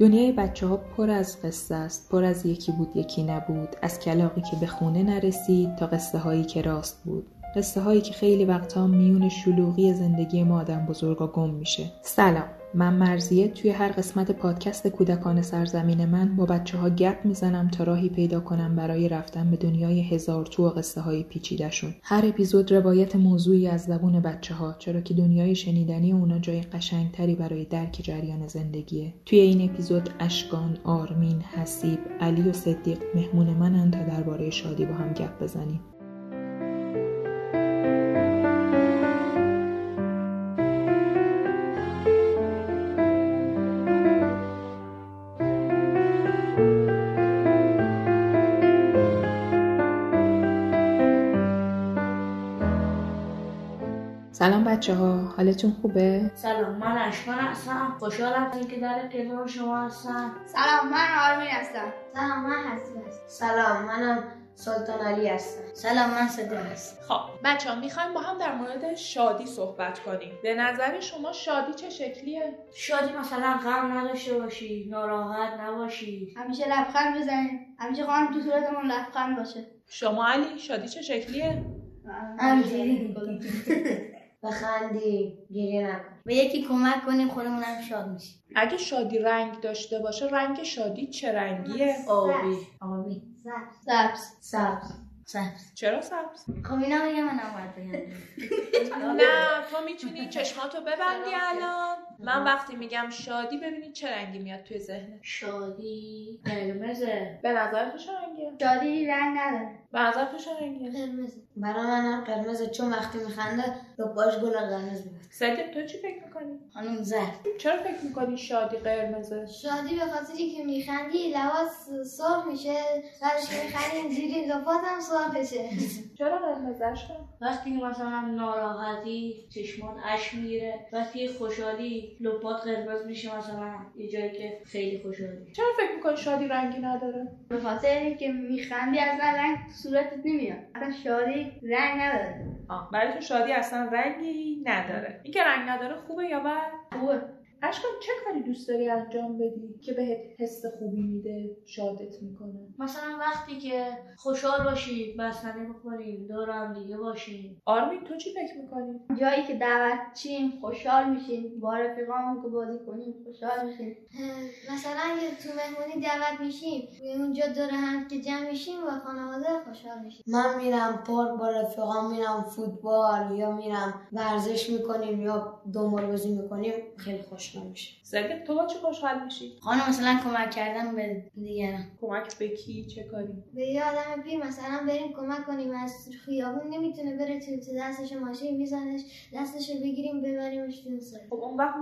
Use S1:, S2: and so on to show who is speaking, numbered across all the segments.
S1: دنیای بچهها پر از قصه است پر از یکی بود یکی نبود از کلاغی که به خونه نرسید تا قصه هایی که راست بود قصه هایی که خیلی وقتها میون شلوغی زندگی ما آدم بزرگا گم میشه سلام من مرزیه توی هر قسمت پادکست کودکان سرزمین من با بچه ها گپ میزنم تا راهی پیدا کنم برای رفتن به دنیای هزار تو و قصه های پیچیدشون هر اپیزود روایت موضوعی از زبون بچه ها چرا که دنیای شنیدنی اونا جای قشنگتری برای درک جریان زندگیه توی این اپیزود اشکان، آرمین، حسیب، علی و صدیق مهمون منن تا درباره شادی با هم گپ بزنیم سلام بچه ها حالتون خوبه؟
S2: سلام من اشکان هستم خوشحالم از که در کنار شما هستم
S3: سلام من آرمین هستم
S4: سلام من حسیم هستم
S5: سلام منم سلطان علی هستم
S6: سلام من صدیق هستم
S7: خب بچه ها میخوایم با هم در مورد شادی صحبت کنیم به نظر شما شادی چه شکلیه؟
S2: شادی مثلا غم نداشته باشی ناراحت نباشی
S3: همیشه لبخند بزنیم همیشه خواهم تو صورتمون لبخند باشه
S7: شما علی شادی چه شکلیه؟
S5: همینجوری بخندیم گریه نکن
S6: به یکی کمک کنیم خودمون هم شاد میشیم
S7: اگه شادی رنگ داشته باشه رنگ شادی چه رنگیه؟
S5: آبی
S6: آبی
S4: سبز
S3: سبز
S5: سبز
S6: سبز
S7: چرا سبز؟
S6: خب اینا بگم من هم باید بگم
S7: نه تو میتونی چشماتو ببندی الان من وقتی میگم شادی ببینی چه رنگی میاد توی ذهنت
S2: شادی قرمزه
S7: به نظر تو چه رنگیه؟
S3: شادی رنگ نداره
S7: به نظر تو چه رنگیه؟
S4: قرمز
S6: برای منم قرمزه چون وقتی میخنده لپاش گل قرمز میاد
S7: صدیق تو چی فکر میکنی؟
S6: خانم زرد
S7: چرا فکر میکنی شادی قرمزه؟
S4: شادی به خاطری که میخندی لباس سرخ میشه بعدش که میخندی زیر لپات هم سرخ بشه
S7: چرا قرمز اشکان؟
S2: وقتی که مثلا ناراحتی چشمان اش میگیره وقتی خوشحالی لپات قرمز میشه مثلا یه جایی که خیلی خوشحالی
S7: چرا فکر میکنی شادی رنگی نداره؟
S3: به خاطر اینکه میخندی اصلا رنگ تو صورتت نمیاد اصلا شادی رنگ نداره
S7: آه برای تو شادی اصلا رنگی نداره این که رنگ نداره خوبه یا بد؟
S3: خوبه
S7: اشکان چه کاری دوست داری انجام بدی که بهت حس خوبی میده شادت میکنه
S2: مثلا وقتی که خوشحال باشی بستنی بخوریم دور هم دیگه باشیم
S7: آرمین تو چی فکر میکنی
S3: جایی که دعوت چیم خوشحال میشیم با رفیقامون که بازی کنیم خوشحال میشیم
S4: اه، مثلا که تو مهمونی دعوت میشیم اونجا دور هم که جمع میشیم و خانواده خوشحال میشیم
S6: من میرم پارک با رفیقام میرم فوتبال یا میرم ورزش میکنیم یا دنبال بازی میکنیم خیلی خوشحال میشه
S7: صدیق تو با چی خوشحال میشی
S6: خانم مثلا کمک کردن به دیگران
S7: کمک به کی چه کاری
S4: به یه آدم پیر مثلا بریم کمک کنیم از خیابون نمیتونه بره تو تو دستش ماشین میزنش دستشو بگیریم ببریمش تو سر
S7: خب اون وقت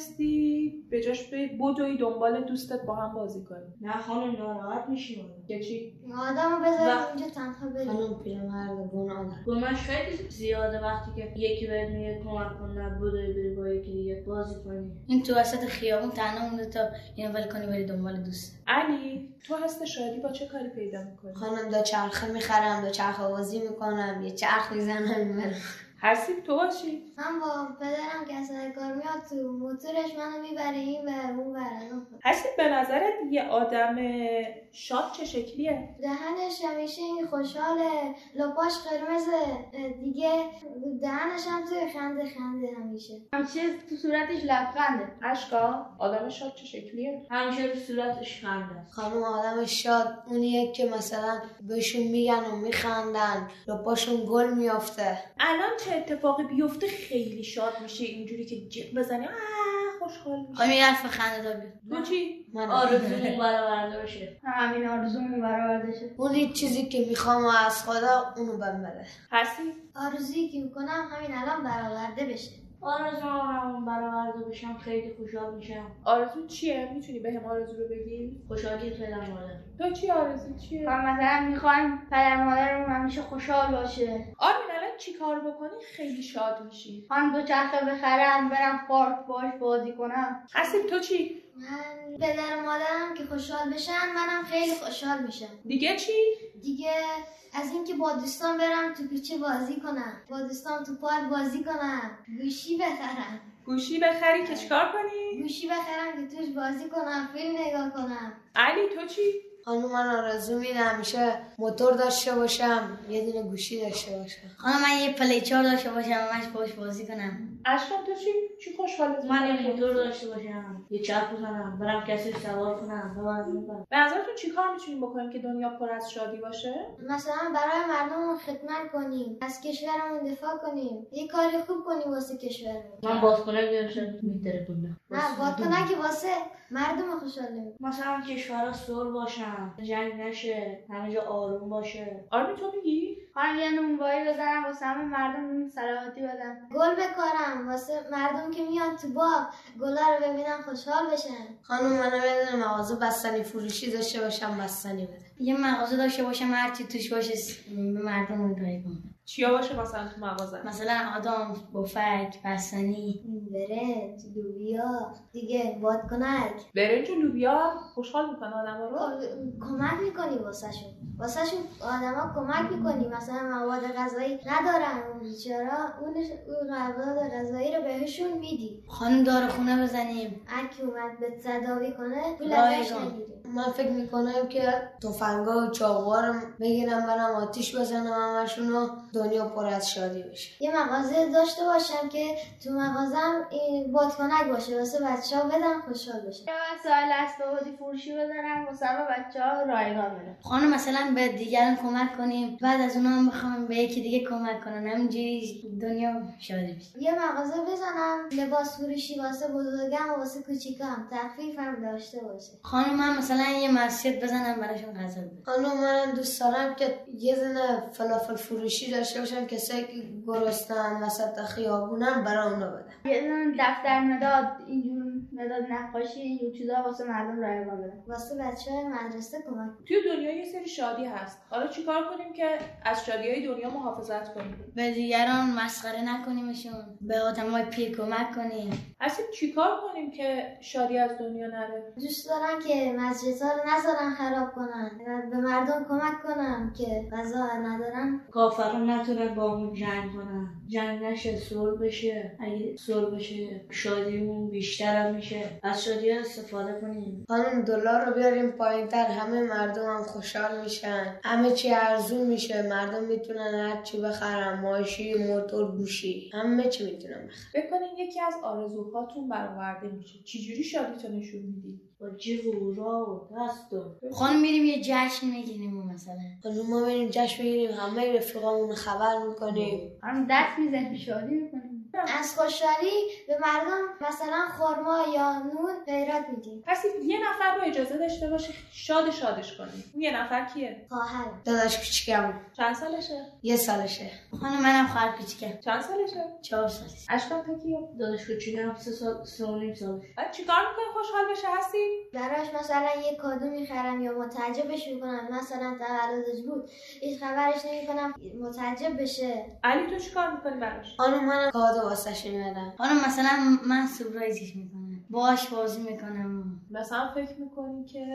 S7: میتونستی به جاش به بدوی دنبال دوستت با هم بازی کنی
S2: نه خانم ناراحت میشیم
S7: یا چی
S4: آدمو بذاریم
S2: وقت-
S4: اونجا تنها بریم
S6: خانم پیرمرد گناه
S2: گمش خیلی زیاده وقتی که یکی بهت میگه کمک کن نه بدوی بری با یکی دیگه بازی کنی
S6: این تو وسط خیابون تنها مونده تا اینو ول کنی بری دنبال دوست
S7: علی تو هست شادی با چه کاری پیدا میکنی
S6: خانم دو چرخه میخرم دو چرخه بازی میکنم یه چرخ میزنم میبرم
S7: حسیب تو باشی
S4: من با پدرم که از سر کار میاد تو موتورش منو میبره این بر اون خب. بر از اون بر.
S7: حسیب به نظرت یه آدم شاد چه شکلیه
S4: دهنش همیشه این خوشحاله لپاش قرمزه اه، دیگه دهنش هم توی خنده خنده همیشه
S3: همیشه تو صورتش لبخنده
S7: اشکان آدم شاد چه شکلیه
S2: همیشه رو صورتش خنده است.
S6: خانم آدم شاد اونیه که مثلا بهشون میگن و میخندن لپاشون گل میافته
S7: الان چه اتفاقی بیفته خیلی شاد میشه اینجوری که جیغ بزنی آه خوشحال میشه
S6: خانم یه حرف خنده دار بیا.
S7: تو چی
S6: من
S2: آرزومون برآورده بشه
S3: همین آرزومون برآورده شه
S6: اون هیچ چیزی که میخوام و از خدا اونو بهم بده
S7: حسیب
S4: آرزویی که میکنم همین الان برآورده بشه
S2: آرزومون برآورده بشم خیلی خوشحال میشم
S7: آرزو چیه میتونی بهم آرزو رو بگی
S2: خوشحالی پدر مادر
S7: تو چی آرزو
S3: و
S7: چیه
S3: مثلا میخوایم پدر مادرمون همیشه خوشحال باشه
S7: آرمین الان چی کار بکنی خیلی شاد میشی
S3: من دو چرخه بخرم برم پارک باش بازی کنم
S7: حسیب تو چی
S4: من پدر و مادرم که خوشحال بشن منم خیلی خوشحال میشم
S7: دیگه چی
S4: دیگه از اینکه با دوستان برم تو کوچه بازی کنم با دوستان تو پارک بازی کنم گوشی بخرم
S7: گوشی بخری که چیکار کنی
S4: گوشی بخرم که توش بازی کنم فیلم نگاه کنم
S7: علی تو چی
S6: خانم من آرزو اینه همیشه موتور داشته باشم یه دونه گوشی داشته باشم
S3: خانم من یه پلی چهار داشته باشم و منش باش بازی کنم
S7: اشکان تو چی چی خوشحالت
S2: من
S7: می‌کنه؟
S2: یه موتور داشته باشم یه چرخ بزنم برم کسی رو سوار کنم ببرم ببرم.
S7: به نظرتون چی کار میتونیم بکنیم که دنیا پر از شادی باشه
S4: مثلا برای مردممون خدمت کنیم از کشورمون دفاع کنیم یه کاری خوب کنیم واسه کشورمون
S2: من بازکنک گرفتم میتره کنم
S4: نه بادکنک که واسه مردم خوشحال نمی
S2: مثلا کشورها سر باشن جنگ نشه همه جا آروم باشه
S7: آرمین تو میگی
S3: خانم یه نونوایی بزنم واسه همه مردم سلامتی بدم
S4: گل بکارم واسه مردم که میان تو باغ گلا رو ببینن خوشحال بشن
S6: خانم من یه دونه مغازه بستنی فروشی داشته باشم بستنی بده
S3: یه مغازه داشته باشم هرچی توش باشه به مردم بدایی کنم
S7: چیا باشه مثلا تو مغازه
S3: مثلا آدم بفک بستنی
S4: برنج لوبیا دیگه بادکنک
S7: برنج و لوبیا خوشحال میکنه آدم رو
S4: کمک میکنی واسهشون واسهشون آدما کمک میکنی مثلا مواد غذایی ندارن اون بیچارا اون اون مواد غذایی رو بهشون میدی
S3: خانم داره خونه بزنیم
S4: هر کی اومد به تداوی کنه پول
S6: رایگان.
S4: ازش نگیری
S6: من فکر میکنم که تفنگا و چاقوها رو بگیرم برم آتیش بزنم همشون و دنیا پر از شادی بشه
S4: یه مغازه داشته باشم که تو مغازم این بادکنک باشه واسه بچه ها بدم خوشحال بشه
S3: یا وسایل اسبابادی فروشی بزنم واسه همه بچه ها رایگان بدم خانم مثلا به دیگران کمک کنیم بعد از اونا هم بخوام به یکی دیگه کمک کنن همینجوری دنیا شادی میشه
S4: یه مغازه بزنم لباس فروشی واسه بزرگم و واسه کوچیکم تخفیفم داشته باشه
S3: خانم من مثلا یه مسجد بزنم براشون غذا بدم
S6: خانم من دوست دارم که یه دونه فلافل فروشی داشته باشم کسایی که گرسنن وسط خیابونم برای اونا بدم
S8: یه دونه دفتر مداد اینجور مداد نقاشی اینجور چیزا واسه مردم رایگان بدن
S4: واسه بچه های مدرسه کمک
S7: توی دنیا یه سری شادی هست حالا چیکار کنیم که از شادی های دنیا محافظت کنیم
S3: به دیگران مسخره نکنیمشون به آدمای پیر کمک کنیم
S7: اصلا چیکار کنیم که شادی از دنیا نره
S4: دوست دارم که مسجدها رو نذارن خراب کنن و به مردم کمک کنم که غذا ندارن
S2: کافران نتونن با اون جنگ کنن جنگ نشه سر بشه اگه سر بشه شادیمون بیشتر هم میشه از شادی ها استفاده کنیم
S6: خانم آره، دلار رو بیاریم پایین تر همه مردم هم خوشحال میشن همه چی ارزون میشه مردم میتونن هر چی بخرن ماشی موتور گوشی همه چی میتونن بخرن
S7: بکنین یکی از آرزوهاتون برآورده میشه چجوری شادیتو نشون میدی
S2: با جیغ و هورا و دست و
S3: خانم میریم یه جشن میگیریم مثلا
S6: خانم ما بریم جشن بگیریم همه رفیقامون رو خبر میکنیم
S8: هم دست میزنیم شادی میکنیم
S4: از خوشحالی به مردم مثلا خرما یا نون غیرت میدیم
S7: پس یه نفر رو اجازه داشته باشه شاد شادش کنیم اون یه نفر کیه
S4: خواهرم
S6: داداش کوچیکم
S7: چند سالشه
S6: یه سالشه
S3: خانم منم خواهر کوچیکم
S7: چند سالشه
S3: چهار سال
S7: اشکان تو کیه
S2: داداش کوچیکم سه سال سه و نیم سالش
S7: بعد چیکار میکنی خوشحال بشه هستی
S4: براش مثلا یه کادو میخرم یا متعجبش میکنم مثلا تولدش بود هیچ خبرش نمیکنم متعجب بشه
S7: علی تو چیکار میکنی براش
S6: خانم منم کادو واسش میارم
S3: خانم مثلا من سورپرایزش میکنم باش بازی میکنم
S7: مثلا فکر میکنی که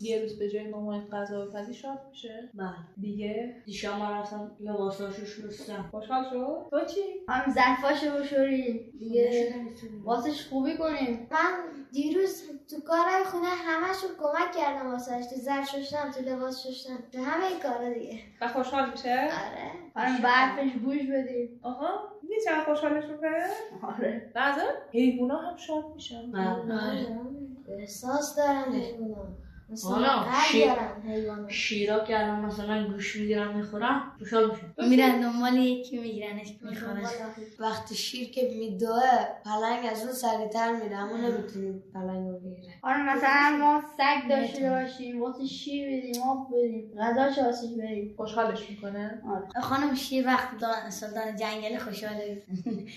S7: یه روز به جای مامان غذا بپزی شاد میشه
S2: بله
S7: دیگه
S2: دیشب من رفتم لباساشو شستم
S7: خوشحال شد تو چی
S8: هم ظرفاشو بشوریم دیگه
S2: نمی‌تونی.
S8: واسش خوبی کنیم
S4: من دیروز تو کارهای خونه همشون کمک کردم واسهش تو زر ششتم تو لباس ششتم تو همه این کارا دیگه
S7: و خوشحال میشه
S4: آره
S8: هم برفش بوش بدیم
S7: آها یه چقدر خوشحالش میکنه
S8: آره
S7: نظر حیوونا هم شاد میشن
S2: بله.
S4: احساس دارن حیوان
S2: حالا،
S4: مثلا قلب
S2: شیر-
S4: دارن حیوان
S2: شیرا که الان مثلا گوش میگیرم میخورم خوشحال میشم
S3: میرن دنبال یکی میگیرنش میخورن
S6: وقتی شیر که میدوه پلنگ از اون سریعتر میره اما نمیتونیم پلنگ رو بگیره
S8: آره مثلا ما سگ داشته باشیم واسه شیر بدیم آب بدیم غذاشو واسش بدیم
S7: خوشحالش میکنه
S8: آره
S3: خانم شیر وقت دا- سلطان جنگل خوشحاله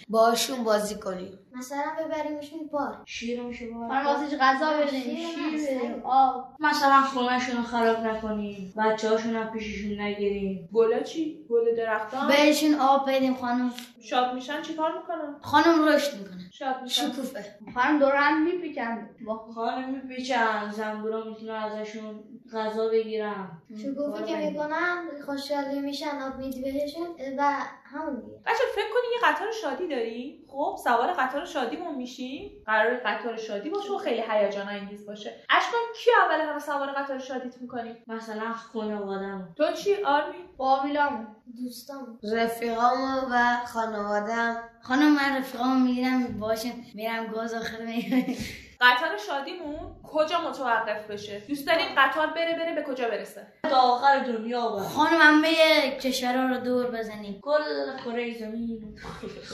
S6: باشون بازی کنیم
S4: مثلا ببریمشون پارک
S2: شیر میشه
S8: خانم واسش غذا بدیم شیر بدیم آب
S2: آره، مثلا خونهشون رو خراب نکنیم بچه هاشون هم پیششون نگیریم
S7: گلا چی گل درختان
S3: بهشون آب بدیم خانم
S7: شاد میشن چیکار میکنن
S3: خانم رشد میکنه
S7: شاد میشن
S6: شکوفه
S8: خانم دور هم میپیچن با
S2: خانه میپیچن زنبورا میتونن ازشون غذا بگیرم
S4: e, شکوفی که میکنن خوشحالی میشن آب میدی بهشون و همون دیگه
S7: بچه فکر کنی یه قطار شادی داریم خب سوار قطار شادیمون میشیم قرار قطار شادی باشه و خیلی هیجان انگیز باشه اشکان کی اول همه سوار قطار شادیت میکنیم
S2: مثلا خانوادم
S7: تو چی آرمین
S8: فامیلامون
S4: دوستام
S6: رفیقامو و خانوادم
S3: خانم من رفیقامو میگیرم باشم میرم گاز آخر میگیرم
S7: قطار شادیمون کجا متوقف بشه دوست داریم قطار بره بره به کجا برسه
S2: تا آخر دنیا باید
S3: خانم همه کشورها رو دور بزنیم
S2: کل کره زمین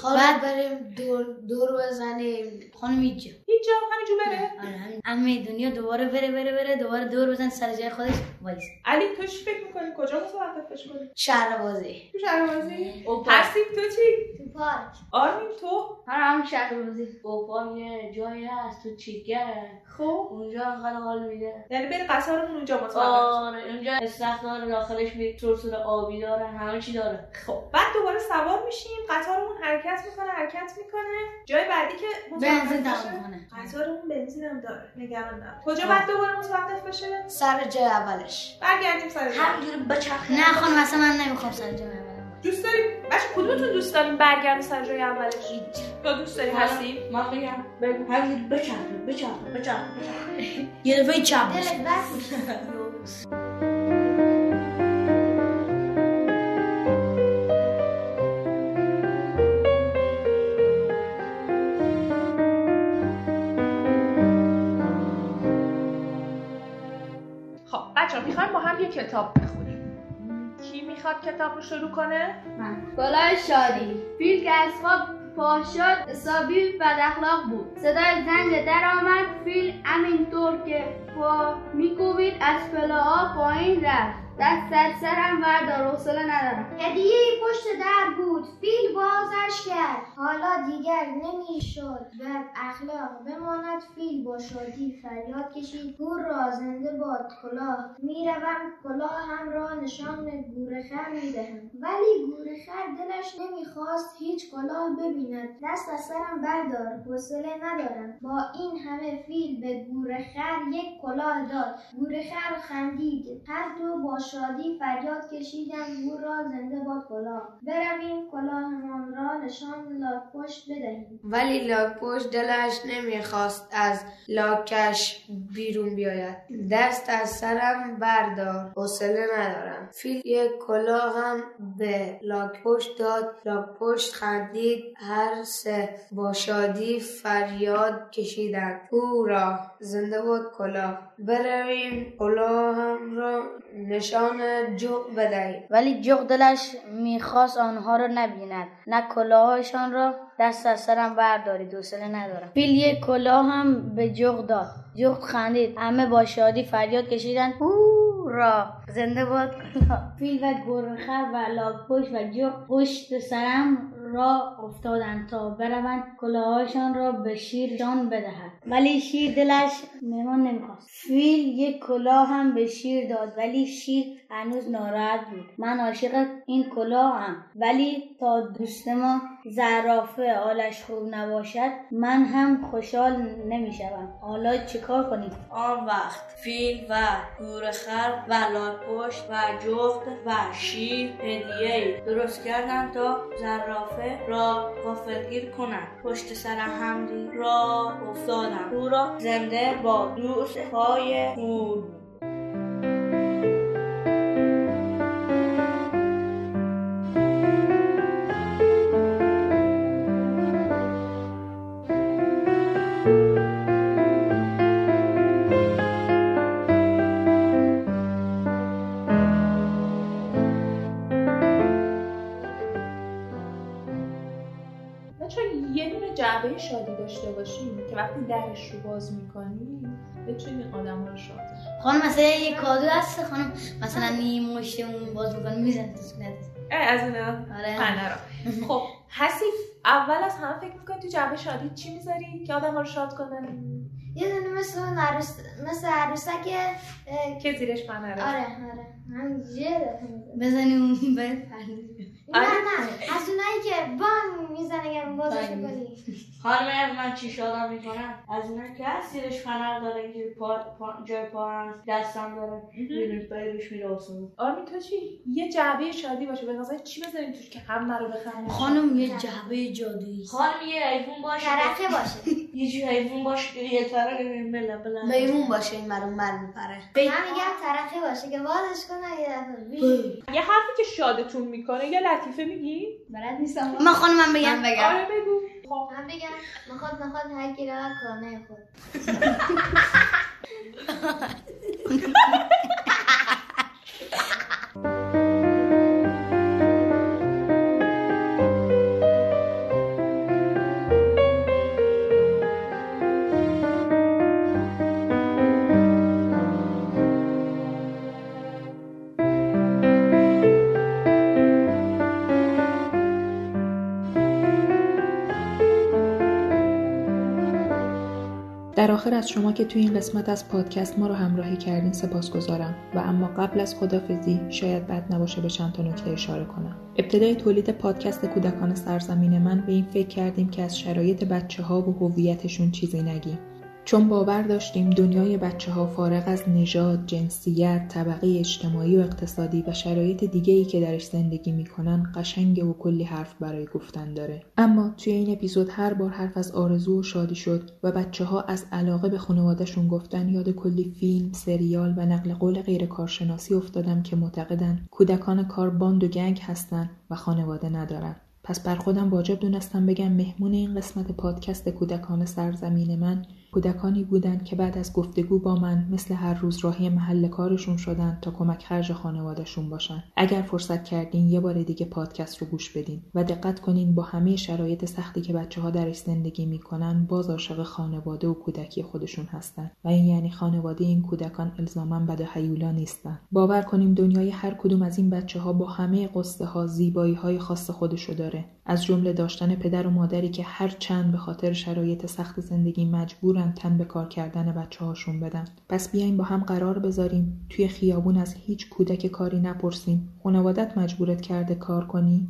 S6: خانم
S3: بعد-
S6: بریم دور, دور بزنیم
S3: خانم هیچ جا
S7: هیچ جا همینجور بره
S3: آره، همین- همه دنیا دوباره بره بره بره دوباره دور بزن سر جای خودش وایس
S7: علی تو چی فکر میکنی کجا متوقفش کنی
S6: شهر بازی
S7: تو شهربازی هستیم تو چی
S4: تو پارک
S7: آرمین تو
S8: هر همون شهر بازی
S2: اوپا یه جایی هست تو چیگره
S7: خب
S2: اونجا خیلی حال میده
S7: یعنی بره قطارمون اونجا متوقف
S2: آره اونجا استخ داره داخلش می سرسول آبی داره همه چی داره
S7: خب بعد دوباره سوار میشیم قطارمون حرکت میکنه حرکت میکنه جای بعدی که متوقف
S3: بنزین
S7: بشه
S3: تمام
S6: آره.
S3: کنه
S7: قطارمون بنزینم داره نگران نباش کجا بعد دوباره متوقف بشه
S6: سر جای اولش
S7: برگردیم سر جا.
S2: همینجوری بچرخه
S3: نه خانم اصلا من نمیخوام سر جای اول
S7: دوست داریم بچه کدومتون دوست داریم برگردیم سر جای اولش یا دوست داری هستیم
S2: من بگم بگو همینجوری بچرخه بچرخه بچرخه بچرخه
S3: یه دفعه چپ
S4: دلت بس میشه
S7: خب بچه میخوایم با هم یه کتاب بخونیم کی میخواد کتاب رو شروع کنه
S8: گلای شادی فیل که از خواب پا شد حسابی بد اخلاق بود صدای زنگ در آمد فیل همینطور که پا میکوبید از پلاها پایین رفت دست از سرم وردار حوصله ندارم
S4: هدیه پشت در بود فیل بازش کرد حالا دیگر نمیشد بد اخلاق بماند فیل با شادی فریاد کشید گور را زنده باد کلاه میروم کلاه هم را نشان گورخر میدهم ولی گورخر دلش نمیخواست هیچ کلاه ببیند دست از سرم بردار حوصله ندارم با این همه فیل به گورخر یک کلاه داد گورخر خندید هر دو با شادی فریاد کشیدند گور را زنده باد کلاه برویم کلاهمان را نشان لاکپشت بدهیم
S6: ولی لاکپشت دلش نمیخواست از لاکش بیرون بیاید دست از سرم بردار حوصله ندارم فیل یک کلاه هم به لاکپشت داد لاکپشت خندید هر سه با شادی فریاد کشیدند هورا زنده باد کلاه برویم کلاه هم را نشان جغ بدهیم
S3: ولی جغ دلش میخواست آنها را نبیند نه کلاهایشان را دست از سرم بردارید حوصله ندارم فیل یک کلاه هم به جغ داد جغ خندید همه با شادی فریاد کشیدند را زنده باد کلاه فیل و گرخر و لاکپشت و جغ پشت سرم را افتادند تا بروند کلاهایشان را به شیر جان بدهد ولی شیر دلش مهمان نمیخواست فیل یک کلاه هم به شیر داد ولی شیر هنوز ناراحت بود من عاشق این کلاهم ولی تا دوست ما زرافه حالش خوب نباشد من هم خوشحال نمیشوم حالا چیکار کنیم
S2: آن وقت فیل و گورخر و لاکپشت و جفت و شیر هدیه درست کردن تا زرافه را غافلگیر کنند پشت سر هم را افتادن او را زنده با دوست های او
S7: بچه یه دونه جعبه شادی داشته باشیم که وقتی درش رو باز میکنیم بتونیم آدم رو شاد کنیم.
S3: خانم مثلا یه کادو هست خانم مثلا نیم مشت اون باز میکنه میزن تو صورتت.
S7: اه، از اون
S3: آره
S7: پنه رو خب حسیف اول از همه فکر میکنی تو جعبه شادی چی میذاری که آدم رو شاد کنه
S4: یه دونه مثل اون عروس مثل عروسک اه،
S7: که زیرش پنه رو
S4: آره آره همین جه داره.
S3: بزنیم اون به پرنده.
S4: نه نه از اونایی که بان میزنه اگر بازش میکنی
S2: خانم من چی شادم میکنم از اینا که هست زیرش فنر داره که پا... پا... جای پا هم دستم داره میدونی بایدوش میره آسمون
S7: آرمین تو چی یه جعبه شادی باشه به نظر چی بزنیم توش که هم رو بخندیم
S3: خانم یه جعبه جادویی
S2: خانم یه حیوان باشه
S4: جرقه باشه
S2: یه جور حیوان باشه که یه طرف بلا بلا
S6: بیرون باشه این برون بر میپره
S4: من میگم طرفه باشه که بازش کنه یه دفعه وی.
S7: یه حرفی که شادتون میکنه یه لطیفه میگی
S5: بلد نیستم
S3: من خانمم بگم
S7: آره بگو خب.
S4: من بگم میخواد میخواد هر کی رود کنه خود
S1: در آخر از شما که توی این قسمت از پادکست ما رو همراهی کردین سپاسگزارم و اما قبل از خدافزی شاید بد نباشه به چند تا نکته اشاره کنم ابتدای تولید پادکست کودکان سرزمین من به این فکر کردیم که از شرایط بچه ها و هویتشون چیزی نگیم چون باور داشتیم دنیای بچه ها فارغ از نژاد، جنسیت، طبقه اجتماعی و اقتصادی و شرایط دیگه ای که درش زندگی میکنن قشنگ و کلی حرف برای گفتن داره. اما توی این اپیزود هر بار حرف از آرزو و شادی شد و بچه ها از علاقه به خانوادهشون گفتن یاد کلی فیلم، سریال و نقل قول غیر کارشناسی افتادم که معتقدن کودکان کار باند و گنگ هستن و خانواده ندارن. پس بر خودم واجب دونستم بگم مهمون این قسمت پادکست کودکان سرزمین من کودکانی بودند که بعد از گفتگو با من مثل هر روز راهی محل کارشون شدند تا کمک خرج خانوادهشون باشن اگر فرصت کردین یه بار دیگه پادکست رو گوش بدین و دقت کنین با همه شرایط سختی که بچه ها درش زندگی میکنن باز عاشق خانواده و کودکی خودشون هستن و این یعنی خانواده این کودکان الزاما بد و حیولا نیستن باور کنیم دنیای هر کدوم از این بچه ها با همه قصه ها زیبایی های خاص خودشو داره از جمله داشتن پدر و مادری که هر چند به خاطر شرایط سخت زندگی مجبورن تن به کار کردن بچه هاشون بدن پس بیاین با هم قرار بذاریم توی خیابون از هیچ کودک کاری نپرسیم خانوادت مجبورت کرده کار کنی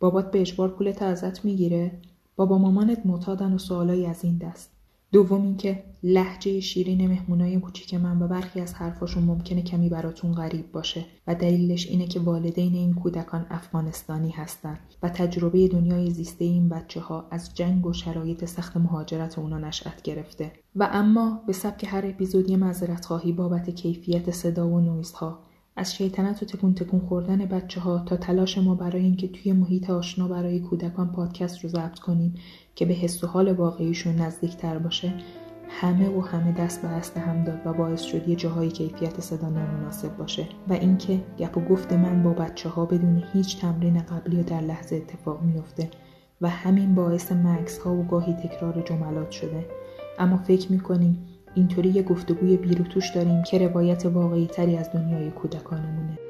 S1: بابات به اجبار پولت ازت میگیره بابا مامانت معتادن و سوالایی از این دست دوم اینکه لحجه شیرین مهمونای کوچیک من و برخی از حرفاشون ممکنه کمی براتون غریب باشه و دلیلش اینه که والدین این کودکان افغانستانی هستند و تجربه دنیای زیسته این بچه ها از جنگ و شرایط سخت مهاجرت اونا نشأت گرفته و اما به سبک هر اپیزود یه معذرت خواهی بابت کیفیت صدا و نویزها از شیطنت و تکون تکون خوردن بچه ها تا تلاش ما برای اینکه توی محیط آشنا برای کودکان پادکست رو ضبط کنیم که به حس و حال واقعیشون نزدیکتر باشه همه و همه دست به دست هم داد و باعث شد یه جاهای کیفیت صدا نامناسب باشه و اینکه گپ و گفت من با بچه ها بدون هیچ تمرین قبلی و در لحظه اتفاق میفته و همین باعث مکس ها و گاهی تکرار جملات شده اما فکر میکنیم اینطوری یه گفتگوی بیروتوش داریم که روایت واقعی تری از دنیای کودکانمونه